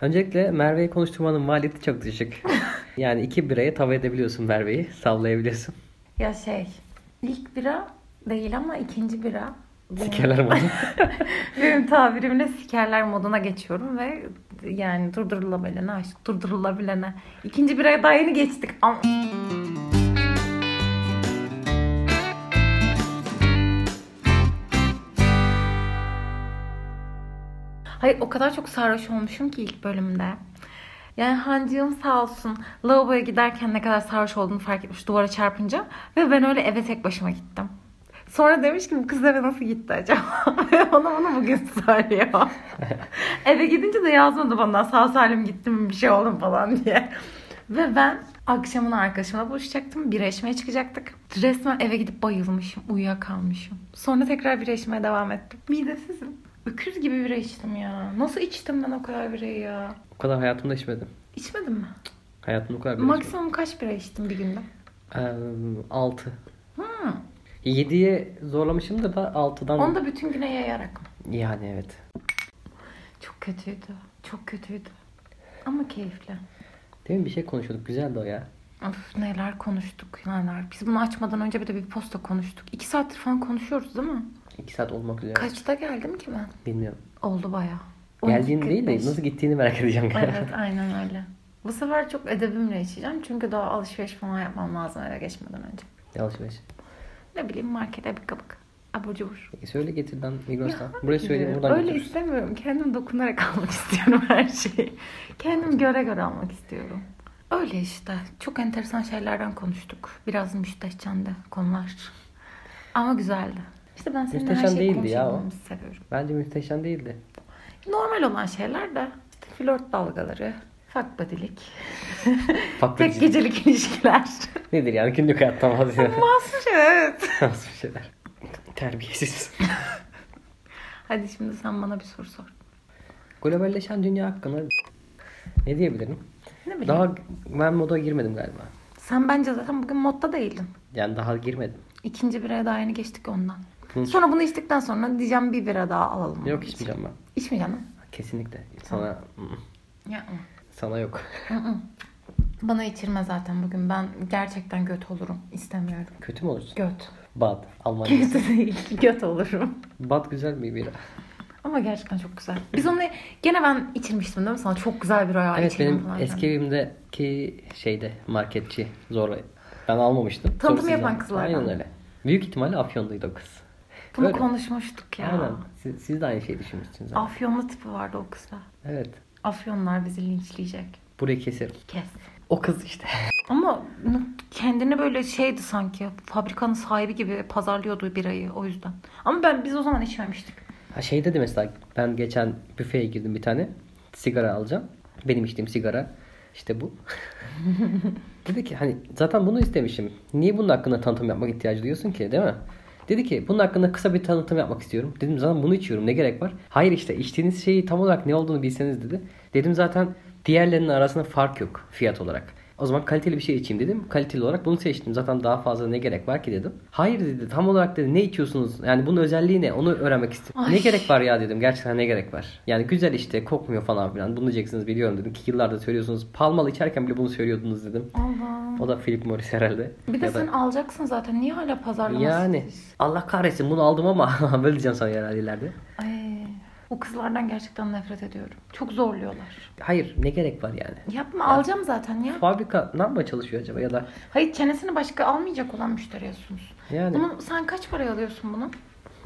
Öncelikle Merve'yi konuşturmanın maliyeti çok düşük. yani iki bireye tav edebiliyorsun Merve'yi. Sallayabiliyorsun. Ya şey ilk bira değil ama ikinci bira. Sikerler bana. Benim tabirimle sikerler moduna geçiyorum ve yani durdurulabilene aşık durdurulabilene. İkinci biraya daha yeni geçtik. Am- Hayır o kadar çok sarhoş olmuşum ki ilk bölümde. Yani hancığım sağ olsun lavaboya giderken ne kadar sarhoş olduğunu fark etmiş duvara çarpınca. Ve ben öyle eve tek başıma gittim. Sonra demiş ki bu kız eve nasıl gitti acaba? Bana bunu bugün söylüyor. eve gidince de yazmadı bana sağ salim gittim mi, bir şey oldu mu falan diye. Ve ben akşamın arkadaşımla buluşacaktım. Bira içmeye çıkacaktık. Resmen eve gidip bayılmışım. Uyuyakalmışım. Sonra tekrar bira içmeye devam ettim. Midesizim. Öküz gibi bira içtim ya. Nasıl içtim ben o kadar birayı ya? O kadar hayatımda içmedim. İçmedim mi? Hayatımda o kadar bira içmedim. Maksimum kaç bira içtim bir günde? Ee, Altı. Hmm. Yediye zorlamışımdır da altıdan... Onu da bütün güne yayarak mı? Yani evet. Çok kötüydü. Çok kötüydü. Ama keyifli. Değil mi bir şey konuşuyorduk. Güzeldi o ya. Of neler konuştuk neler. Biz bunu açmadan önce bir de bir posta konuştuk. İki saattir falan konuşuyoruz değil mi? İki saat olmak üzere. Kaçta geldim ki ben? Bilmiyorum. Oldu baya. Geldiğini değil de nasıl gittiğini merak edeceğim. Evet aynen öyle. Bu sefer çok edebimle içeceğim. Çünkü daha alışveriş falan yapmam lazım eve geçmeden önce. Yanlış beş. Ne bileyim markete bir kabuk. Abur cubur. E, Söyle getirden Migros'tan. Buraya söyle buradan Öyle götürürüz. istemiyorum. Kendim dokunarak almak istiyorum her şeyi. Kendim göre göre almak istiyorum. Öyle işte. Çok enteresan şeylerden konuştuk. Biraz müstehcen de konular. Ama güzeldi. İşte ben seninle her Müstehcen şeyi değildi ya o. konuşmamızı seviyorum. Bence müsteşen değildi. Normal olan şeyler de işte flört dalgaları, fakbadilik, Fakbadilik. tek gecelik ilişkiler. Nedir yani günlük hayattan vazgeçen Masum şeyler evet. nasıl bir şeyler. Terbiyesiz. Hadi şimdi sen bana bir soru sor. Globalleşen dünya hakkında ne diyebilirim? Ne bileyim. Daha ben moda girmedim galiba. Sen bence zaten bugün modda değildin. Yani daha girmedim. İkinci biraya daha yeni geçtik ondan. Bunun- Sonra bunu içtikten sonra diyeceğim bir bira daha alalım. Yok içmeyeceğim ben. İçmeyeceğim mi? Kesinlikle. Sana Mm, Ya. sana yok. Bana içirme zaten bugün. Ben gerçekten göt olurum. İstemiyorum. Kötü mü olursun? Göt. Bad. Almanya. Kötü değil. Göt olurum. Bad güzel bir bira. Ama gerçekten çok güzel. Biz onu gene ben içirmiştim değil mi sana? Çok güzel bir ayağı evet benim eski evimdeki şeyde marketçi zorla ben almamıştım. Tanıtım Sonra yapan sizden- kızlardan. Aynen öyle. Büyük ihtimalle Afyon'daydı o kız. Bunu Böyle. konuşmuştuk ya. Aynen. Siz, siz de aynı şeyi düşünmüşsünüz. ama. Afyonlu tipi vardı o kızda. Evet. Afyonlar bizi linçleyecek. Burayı keserim. Kes. O kız işte. Ama kendini böyle şeydi sanki. Fabrikanın sahibi gibi pazarlıyordu birayı o yüzden. Ama ben biz o zaman içmemiştik. Ha şey dedi mesela ben geçen büfeye girdim bir tane. Sigara alacağım. Benim içtiğim sigara işte bu. dedi ki hani zaten bunu istemişim. Niye bunun hakkında tanıtım yapmak ihtiyacı duyuyorsun ki değil mi? Dedi ki bunun hakkında kısa bir tanıtım yapmak istiyorum. Dedim zaten bunu içiyorum ne gerek var? Hayır işte içtiğiniz şeyi tam olarak ne olduğunu bilseniz dedi. Dedim zaten diğerlerinin arasında fark yok fiyat olarak. O zaman kaliteli bir şey içeyim dedim. Kaliteli olarak bunu seçtim. Zaten daha fazla ne gerek var ki dedim. Hayır dedi tam olarak dedi ne içiyorsunuz? Yani bunun özelliği ne? Onu öğrenmek istedim. Ay. Ne gerek var ya dedim. Gerçekten ne gerek var? Yani güzel işte kokmuyor falan filan. Bunu diyeceksiniz biliyorum dedim. Ki yıllardır söylüyorsunuz. Palmalı içerken bile bunu söylüyordunuz dedim. Allah. O da Philip Morris herhalde. Bir de Ya da- sen alacaksın zaten. Niye hala pazarlamasın? yani Allah kahretsin bunu aldım ama böyle diyeceğim sana herhalde ileride. Ay, o kızlardan gerçekten nefret ediyorum. Çok zorluyorlar. Hayır ne gerek var yani? Yapma alacağım zaten ya. Fabrika ne yapmaya çalışıyor acaba ya da Hayır çenesini başka almayacak olan müşteriye sunsun. yani Bunu, sen kaç paraya alıyorsun bunu?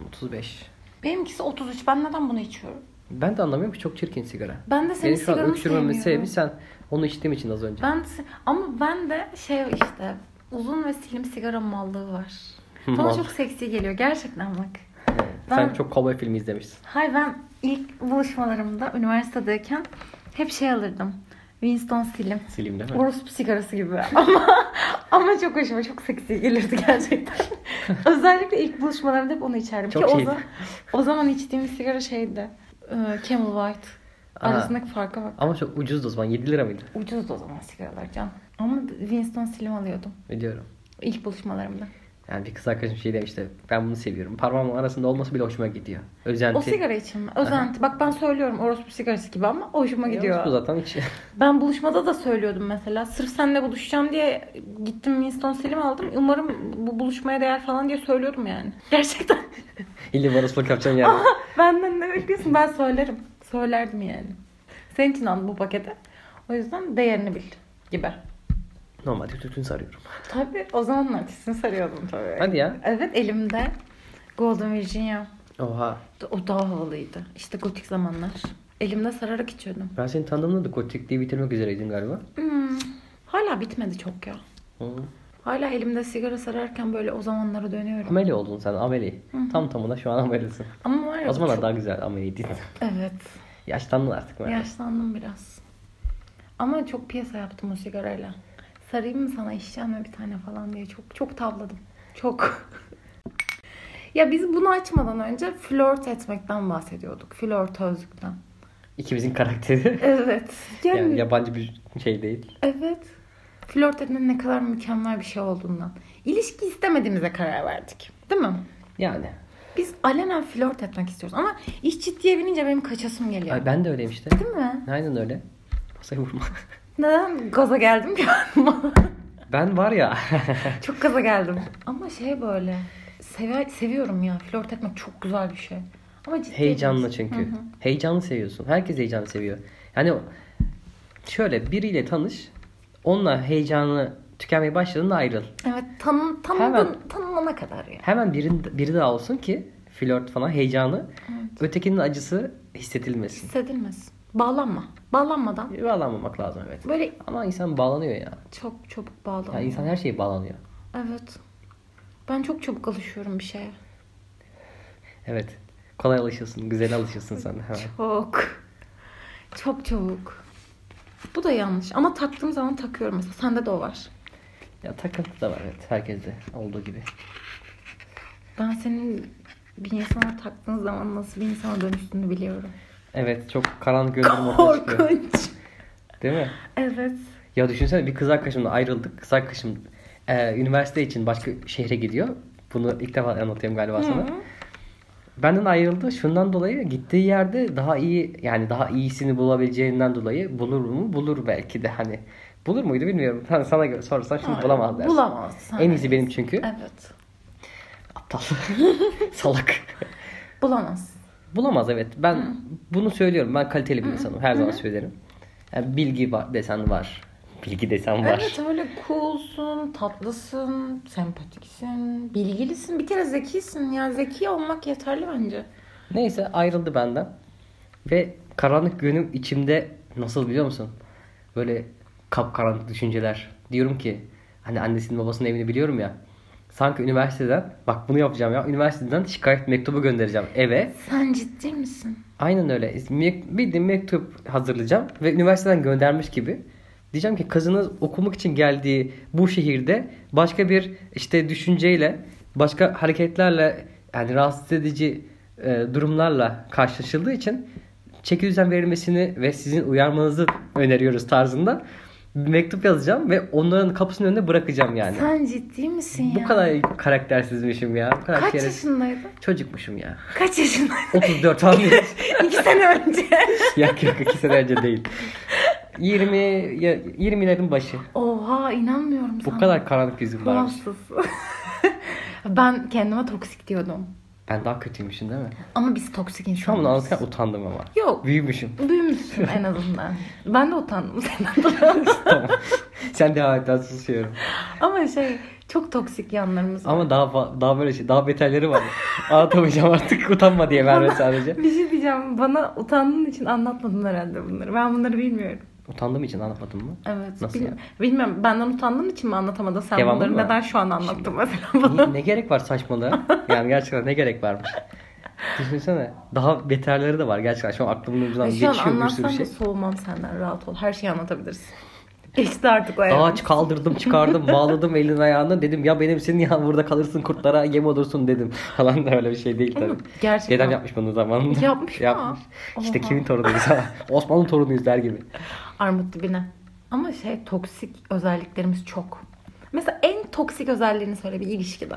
35. Benimkisi 33. Ben neden bunu içiyorum? Ben de anlamıyorum ki çok çirkin sigara. Ben de senin Benim şu an sigaranı öksürmemin sebebi sevmiyorum. sen onu içtiğim için az önce. Ben se- ama ben de şey işte uzun ve slim sigara mallığı var. Bana Mal. çok seksi geliyor gerçekten bak. Evet. ben- Sen çok kovboy filmi izlemişsin. Hay ben ilk buluşmalarımda üniversitedeyken hep şey alırdım. Winston Slim. Silim değil mi? Orospu sigarası gibi ama ama çok hoşuma çok seksi gelirdi gerçekten. Özellikle ilk buluşmalarımda hep onu içerdim. Çok Ki o, iyiydi. zaman, o zaman içtiğim sigara şeydi. e, Camel White. Aa. Arasındaki farka bak. Ama çok ucuzdu o zaman 7 lira mıydı? Ucuzdu o zaman sigaralar can. Ama Winston Slim alıyordum. Biliyorum. İlk buluşmalarımda. Yani bir kız arkadaşım şey demişti. Ben bunu seviyorum. Parmağımın arasında olması bile hoşuma gidiyor. Özenti. O sigara için mi? Özenti. Bak ben söylüyorum orospu sigarası gibi ama hoşuma gidiyor. Bu zaten hiç. Ben buluşmada da söylüyordum mesela. Sırf seninle buluşacağım diye gittim Winston Selim aldım. Umarım bu buluşmaya değer falan diye söylüyordum yani. Gerçekten. İlle varasılık yapacağım yani. Ah! Benden ne bekliyorsun? Ben söylerim. Söylerdim yani. Senin için aldım bu pakete. O yüzden değerini bil gibi. Normalde tütün sarıyorum. Tabii o zaman naçisini sarıyordum tabii. Hadi ya. Evet elimde Golden Virginia. Oha. O daha havalıydı. İşte gotik zamanlar. Elimde sararak içiyordum. Ben seni tanıdığımda da gotik diye bitirmek üzereydin galiba. Hmm, Hala bitmedi çok ya. Hı. Hala elimde sigara sararken böyle o zamanlara dönüyorum. Ameli oldun sen ameli. Tam tamına şu an amelisin. Ama var ya O zamanlar çok- daha güzel ameliydin. Evet. Yaşlandın artık böyle. Yaşlandım biraz. Ama çok piyasa yaptım o sigarayla. Sarayım mı sana içeceğim mi bir tane falan diye çok çok tavladım. Çok. ya biz bunu açmadan önce flört etmekten bahsediyorduk. Flörtözlükten. İkimizin karakteri. Evet. Yani, Yani yabancı bir şey değil. evet. Flört etmenin ne kadar mükemmel bir şey olduğundan. İlişki istemediğimize karar verdik. Değil mi? Yani. Biz alenen flört etmek istiyoruz ama iş ciddiye binince benim kaçasım geliyor. Ay, ben de öyleyim işte. Değil mi? Aynen öyle. Masaya vurma. Neden gaza geldim ki? ben var ya. çok gaza geldim. Ama şey böyle sever, seviyorum ya flört etmek çok güzel bir şey. Ama ciddi Heyecanlı misin? çünkü. Hı hı. Heyecanlı seviyorsun. Herkes heyecanı seviyor. Yani o- şöyle biriyle tanış. Onunla heyecanı tükenmeye başladığında ayrıl. Evet tanın, tanıdın, Hemen- tanınana kadar ya. Hemen birin, biri daha olsun ki flört falan heyecanı. Ötekinin acısı hissetilmesin. Hissedilmez. Bağlanma. Bağlanmadan Bağlanmamak lazım evet. böyle Ama insan bağlanıyor ya. çok çabuk Ya bağlanma. insan her şeye bağlanıyor. Evet. Ben çok çabuk alışıyorum bir şeye. Evet. Kolay alışıyorsun. Güzel alışıyorsun sen. de Hemen. Çok. Çok çabuk. Bu da yanlış ama taktığım zaman takıyorum mesela. Sende de o var. Ya takıntı da var evet. Herkeste olduğu gibi. Ben senin bir insana taktığın zaman nasıl bir insana dönüştüğünü biliyorum. Evet çok karanlık gözlerim ortaya çıkıyor. Korkunç. Değil mi? Evet. Ya düşünsene bir kız arkadaşımla ayrıldık. Kız arkadaşım e, üniversite için başka şehre gidiyor. Bunu ilk defa anlatıyorum galiba sana. Benden ayrıldı. Şundan dolayı gittiği yerde daha iyi yani daha iyisini bulabileceğinden dolayı bulur mu? Bulur belki de hani. Bulur muydu bilmiyorum. Sen sana göre sorarsan şimdi bulamaz dersin. Bulamaz. sen En iyisi evet. benim çünkü. Evet. Aptal. Salak. Bulamaz. Bulamaz evet. Ben bunu söylüyorum. Ben kaliteli bir insanım. Her zaman söylerim. Yani bilgi var desen var. Bilgi desen var. Evet öyle coolsun, tatlısın, sempatiksin, bilgilisin. Bir kere zekisin ya. Zeki olmak yeterli bence. Neyse ayrıldı benden. Ve karanlık günüm içimde nasıl biliyor musun? Böyle kapkaranlık düşünceler. Diyorum ki hani annesinin babasının evini biliyorum ya. Sanki üniversiteden bak bunu yapacağım ya. Üniversiteden şikayet mektubu göndereceğim eve. Sen ciddi misin? Aynen öyle. Me- Bildiğin mektup hazırlayacağım ve üniversiteden göndermiş gibi. Diyeceğim ki kızınız okumak için geldiği bu şehirde başka bir işte düşünceyle, başka hareketlerle yani rahatsız edici e, durumlarla karşılaşıldığı için çeki düzen verilmesini ve sizin uyarmanızı öneriyoruz tarzında bir mektup yazacağım ve onların kapısının önüne bırakacağım yani. Sen ciddi misin ya? Bu kadar karaktersizmişim ya. Bu kadar Kaç şerefsiz- yaşındaydın? Çocukmuşum ya. Kaç yaşındaydın? 34 falan diye. İki sene önce. yok yok iki sene önce değil. 20 ya- 20'lerin başı. Oha inanmıyorum Bu sana. kadar karanlık yüzüm varmış. Fransız. ben kendime toksik diyordum. Ben daha kötüymüşüm değil mi? Ama biz toksik Şu an bunu insanlarız. anlatırken utandım ama. Yok. Büyümüşüm. Büyümüşsün en azından. Ben de utandım senden dolayı. Sen devam et ben susuyorum. Ama şey çok toksik yanlarımız var. Ama daha fa- daha böyle şey daha beterleri var. Anlatamayacağım artık utanma diye verme sadece. Bir şey diyeceğim. Bana utandığın için anlatmadın herhalde bunları. Ben bunları bilmiyorum. Utandığım için anlatmadım mı? Evet. Nasıl bilmiyorum. Bilmem. Benden utandığın için mi anlatamadın? Sen Devamı bunları mı? neden şu an anlattın mesela bana? Ne, ne gerek var saçmalığa? Yani gerçekten ne gerek varmış? Düşünsene. Daha beterleri de var gerçekten. Şu an aklımın ucundan Ay, E, Şu an geçiyor bir anlatsam sürü da şey. soğumam senden. Rahat ol. Her şeyi anlatabilirsin. Geçti artık o evren. Ağaç kaldırdım çıkardım bağladım elini ayağını dedim ya benimsin ya burada kalırsın kurtlara yem olursun dedim falan da öyle bir şey değil tabii. Oğlum, gerçekten. Dedem yapmış bunu zamanında. Yapmış mı? İşte Oha. kimin torunuyuz ha? Osmanlı torunuyuz der gibi. Armut dibine. Ama şey toksik özelliklerimiz çok. Mesela en toksik özelliğini söyle bir ilişkide.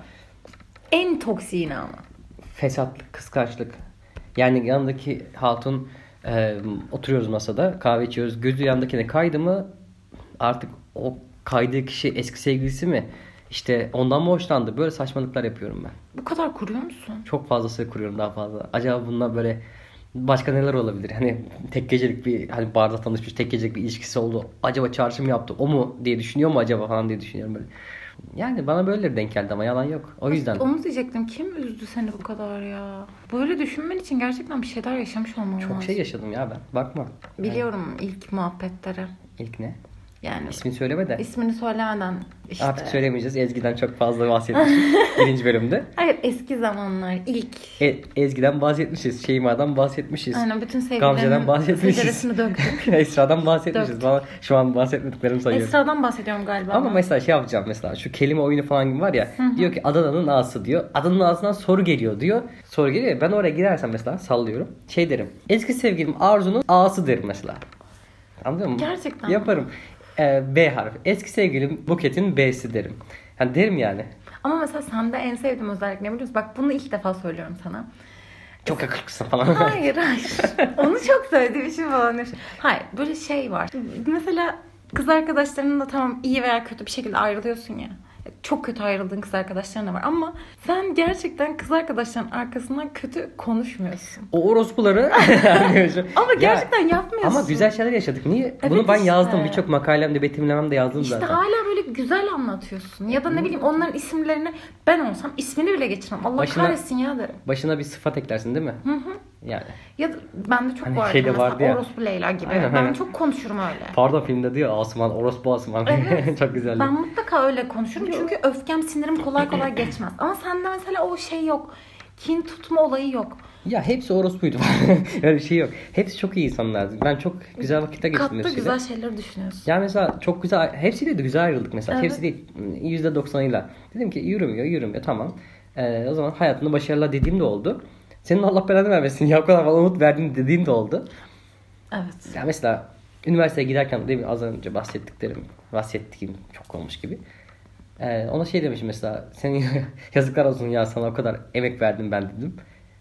En toksiğini ama. Fesatlık, kıskançlık. Yani yanındaki hatun e, oturuyoruz masada kahve içiyoruz. Gözü yandakine kaydı mı artık o kaydığı kişi eski sevgilisi mi? İşte ondan mı hoşlandı? Böyle saçmalıklar yapıyorum ben. Bu kadar kuruyor musun? Çok fazlası kuruyorum daha fazla. Acaba bununla böyle başka neler olabilir? Hani tek gecelik bir hani barda tanışmış tek gecelik bir ilişkisi oldu. Acaba çağrışım yaptı o mu diye düşünüyor mu acaba falan diye düşünüyorum böyle. Yani bana böyle denk geldi ama yalan yok. O yüzden Onu diyecektim. Kim üzdü seni bu kadar ya? Böyle düşünmen için gerçekten bir şeyler yaşamış olman lazım. çok şey yaşadım ya ben. Bakma. Biliyorum ilk muhabbetleri. İlk ne? Yani İsmini söyleme de. ismini söylemeden işte. Artık söylemeyeceğiz. Ezgi'den çok fazla bahsetmiştik birinci bölümde. Hayır eski zamanlar ilk. E- Ezgi'den bahsetmişiz. Şeyma'dan bahsetmişiz. Aynen bütün Gamze'den sevgilerimin bahsetmişiz. sigarasını döktüm. Esra'dan bahsetmişiz. Dört. Bana şu an bahsetmediklerimi sayıyorum. Esra'dan bahsediyorum galiba. Ama ben. mesela şey yapacağım mesela şu kelime oyunu falan gibi var ya diyor ki Adana'nın ağası diyor. Adana'nın ağzından soru geliyor diyor. Soru geliyor ya, ben oraya girersem mesela sallıyorum. Şey derim. Eski sevgilim Arzu'nun ağası derim mesela. Anlıyor musun? Gerçekten mi? Yaparım. Ee, B harfi. Eski sevgilim Buket'in B'si derim. Yani derim yani. Ama mesela sende en sevdiğim özellik ne biliyor musun? Bak bunu ilk defa söylüyorum sana. Çok yakışıklısın falan. Hayır hayır. Onu çok söylediğim için falan. yok. Hayır böyle şey var. Mesela kız arkadaşlarınla tamam iyi veya kötü bir şekilde ayrılıyorsun ya. Çok kötü ayrıldığın kız arkadaşların da var ama sen gerçekten kız arkadaşların arkasından kötü konuşmuyorsun. o orospuları. Ama Ya, gerçekten yapmıyorsun. Ama güzel şeyler yaşadık. Niye? Evet Bunu ben işte. yazdım. Birçok makalemde, betimlememde yazdım İşte zaten. hala böyle güzel anlatıyorsun. Ya da ne bileyim onların isimlerini ben olsam ismini bile geçirmem. Allah Başına- kahretsin ya derim. Başına bir sıfat eklersin değil mi? Hı hı. Yani. Ya da bende çok Hani vardı şeyde mesela vardı ya. Orospu Leyla gibi. Aynen, ben aynen. çok konuşurum öyle. Pardon filmde diyor Asuman, orospu Asuman. Evet. Çok güzel. Ben mutlaka öyle konuşurum çünkü öfkem sinirim kolay kolay geçmez. Ama sende mesela o şey yok. Kin tutma olayı yok. Ya hepsi orospuydu. Öyle bir şey yok. Hepsi çok iyi insanlardı. Ben çok güzel vakitte geçirdim Katlı hepsiyle. güzel şeyler düşünüyorsun. Ya mesela çok güzel, hepsiyle de güzel ayrıldık mesela. Evet. Hepsi değil, %90'ıyla. Dedim ki yürümüyor, yürümüyor tamam. Ee, o zaman hayatında başarılar dediğim de oldu. Senin Allah belanı vermesin ya o kadar bana umut verdiğin dediğim de oldu. Evet. Ya mesela üniversiteye giderken değil mi az önce bahsettiklerim, bahsettiğim çok olmuş gibi. Ee, ona şey demişim mesela senin yazıklar olsun ya sana o kadar emek verdim ben dedim.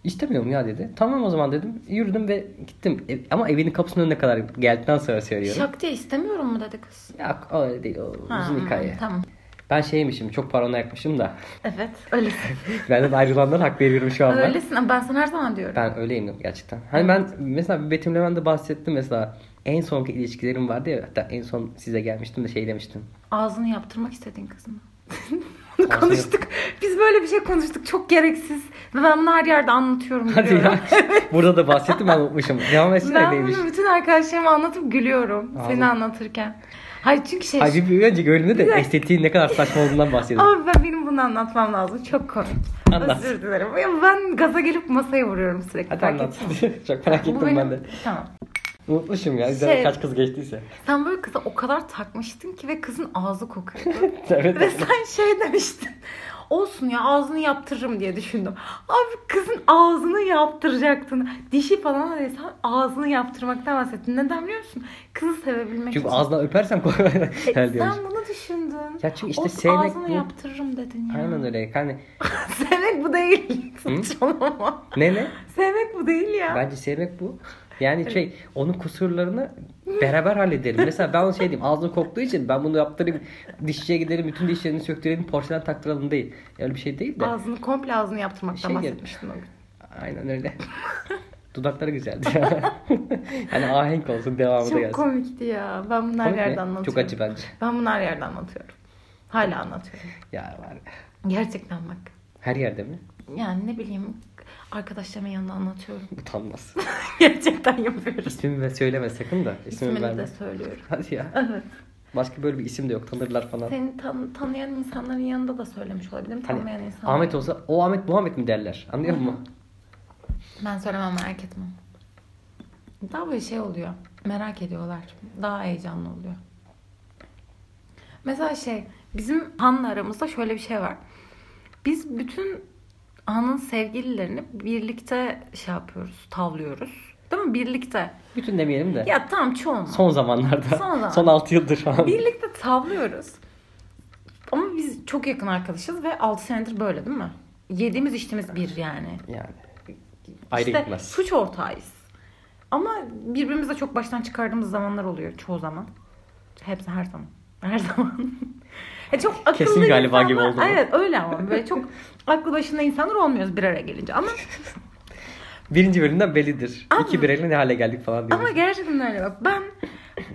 İstemiyorum ya dedi. Tamam o zaman dedim. Yürüdüm ve gittim. E, ama evinin kapısının önüne kadar geldikten sonra söylüyorum. Şak diye istemiyorum mu dedi kız. Ya öyle değil o Ha, uzun hikaye. Tamam. Ben şeymişim çok paranoyakmışım da. Evet öylesin. Benden ayrılanlara hak veriyorum şu an ben. öylesin ama ben sana her zaman diyorum. Ben öyleyim gerçekten. Hani ben mesela bir betimlememde bahsettim mesela. En sonki ilişkilerim vardı ya. Hatta en son size gelmiştim de şey demiştim. Ağzını yaptırmak istediğin kız mı? Bunu konuştuk. Biz böyle bir şey konuştuk. Çok gereksiz. Ve ben bunu her yerde anlatıyorum. Hadi biliyorum. ya. Burada da bahsettim ben unutmuşum. Devam etsin Ben öyleymiş. bunu bütün arkadaşlarıma anlatıp gülüyorum. Seni Ağzım. anlatırken. Hayır çünkü şey... Ay bir, bir önceki bölümde de Güzel. estetiğin ne kadar saçma olduğundan bahsediyordum. Ama ben benim bunu anlatmam lazım. Çok komik. Anlat. Özür dilerim. Ya Ben gaza gelip masaya vuruyorum sürekli. Hadi fark anlat. ettin mi? Çok merak Bu ettim ben de. benim- Tamam. Unutmuşum ya. Şey- Kaç kız geçtiyse. Sen böyle kıza o kadar takmıştın ki ve kızın ağzı kokuyordu. Ve evet. sen şey demiştin. Olsun ya ağzını yaptırırım diye düşündüm. Abi kızın ağzını yaptıracaktın. Dişi falan da değil. Sen ağzını yaptırmaktan bahsettin. Neden biliyor musun? Kızı sevebilmek Çünkü için. ağzından öpersem korkarım. E, Hel diyormuş. sen bunu düşündün. Ya çünkü işte Olsun, sevmek ağzını bu. yaptırırım dedin ya. Aynen öyle. Yani sevmek bu değil. Saçmalama. ne ne? Sevmek bu değil ya. Bence sevmek bu. Yani şey onun kusurlarını beraber hallederim. Mesela ben onu şey diyeyim ağzını koktuğu için ben bunu yaptırayım dişçiye gidelim bütün dişlerini söktürelim porselen taktıralım değil. Öyle bir şey değil de. Ağzını komple ağzını yaptırmaktan Şey geldi. bahsetmiştin o gün. Aynen öyle. Dudakları güzeldi. yani ahenk olsun devamı da Çok gelsin. komikti ya. Ben bunu her Komik mi? yerde anlatıyorum. Çok acı bence. Ben bunu her yerde anlatıyorum. Hala anlatıyorum. Ya var. Gerçekten bak. Her yerde mi? Yani ne bileyim arkadaşlarımın yanında anlatıyorum. Utanmaz. Gerçekten yapıyorum. İsmimi ve söyleme sakın da. İsmimi İsmini verme. de söylüyorum. Hadi ya. Evet. Başka böyle bir isim de yok. Tanırlar falan. Seni tan- tanıyan insanların yanında da söylemiş olabilirim. Hani Tanımayan insanların. Ahmet olsa o Ahmet Muhammed mi derler? Anlıyor musun? Ben söylemem merak etme. Daha böyle şey oluyor. Merak ediyorlar. Daha heyecanlı oluyor. Mesela şey bizim Han'la aramızda şöyle bir şey var. Biz bütün Han'ın sevgililerini birlikte şey yapıyoruz, tavlıyoruz. Değil mi? Birlikte. Bütün demeyelim de. Ya tamam çoğunluğu. Son zamanlarda. Son zaman. Son 6 yıldır falan. Birlikte tavlıyoruz. Ama biz çok yakın arkadaşız ve 6 senedir böyle değil mi? Yediğimiz içtiğimiz bir yani. Yani. Ayrı İşte gitmez. suç ortağıyız. Ama birbirimizi de çok baştan çıkardığımız zamanlar oluyor çoğu zaman. Hepsi her zaman. Her zaman. E çok akıllı Kesin galiba gibi insanlar- oldu bu. Evet öyle ama böyle çok aklı başında insanlar olmuyoruz bir araya gelince. Ama Birinci bölümden bellidir. Ama- İki bireyle ne hale geldik falan diyor. Ama gerçekten öyle bak. Ben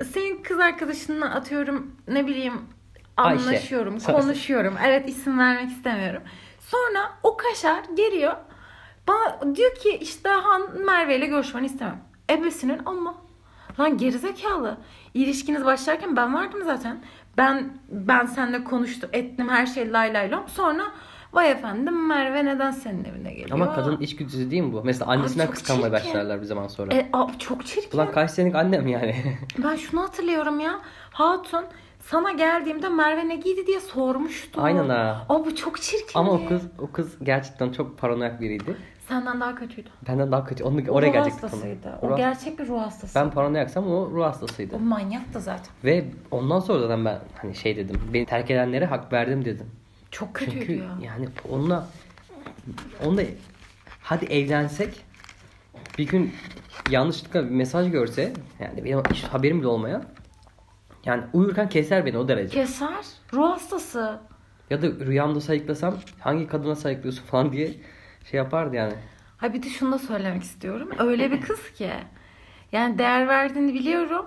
senin kız arkadaşınla atıyorum ne bileyim Ayşe. anlaşıyorum, Sağ- konuşuyorum. Evet isim vermek istemiyorum. Sonra o kaşar geliyor. Bana diyor ki işte Han Merve ile görüşmeni istemem. Ebesinin ama. Lan gerizekalı. İlişkiniz başlarken ben vardım zaten. Ben ben seninle konuştum, ettim her şey lay lay lom. Sonra vay efendim Merve neden senin evine geliyor? Ama kadının içgüdüsü değil mi bu? Mesela annesinden çok kıskanmaya çirkin. başlarlar bir zaman sonra. e, a, çok çirkin. Ulan kaç senelik annem yani. Ben şunu hatırlıyorum ya. Hatun sana geldiğimde Merve ne giydi diye sormuştu. Aynen ha. Aa bu çok çirkin. Ama o ya. kız o kız gerçekten çok paranoyak biriydi. senden daha kötüydü. Benden daha kötü. Onu oraya ruh gelecektik konu. hastasıydı. Ruh- O gerçek bir ruh hastası. Ben paranoyaksam o ruh hastasıydı. O manyaktı zaten. Ve ondan sonra zaten ben hani şey dedim. Beni terk edenlere hak verdim dedim. Çok kötüydü Çünkü ya. yani onunla onunla hadi evlensek bir gün yanlışlıkla bir mesaj görse yani benim hiç haberim bile olmayan yani uyurken keser beni o derece. Keser. Ruh hastası. Ya da rüyamda sayıklasam hangi kadına sayıklıyorsun falan diye şey yapardı yani. Ha bir de şunu da söylemek istiyorum. Öyle bir kız ki. Yani değer verdiğini biliyorum.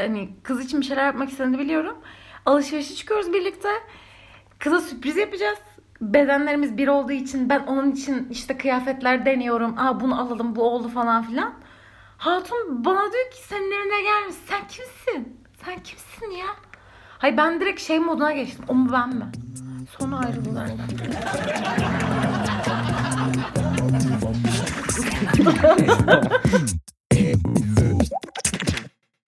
Hani kız için bir şeyler yapmak istediğini biliyorum. Alışverişe çıkıyoruz birlikte. Kıza sürpriz yapacağız. Bedenlerimiz bir olduğu için ben onun için işte kıyafetler deniyorum. Aa bunu alalım bu oldu falan filan. Hatun bana diyor ki senin evine gelmiş. Sen kimsin? Sen kimsin ya? Hay ben direkt şey moduna geçtim. O mu ben mi? Sonra ayrıldılar.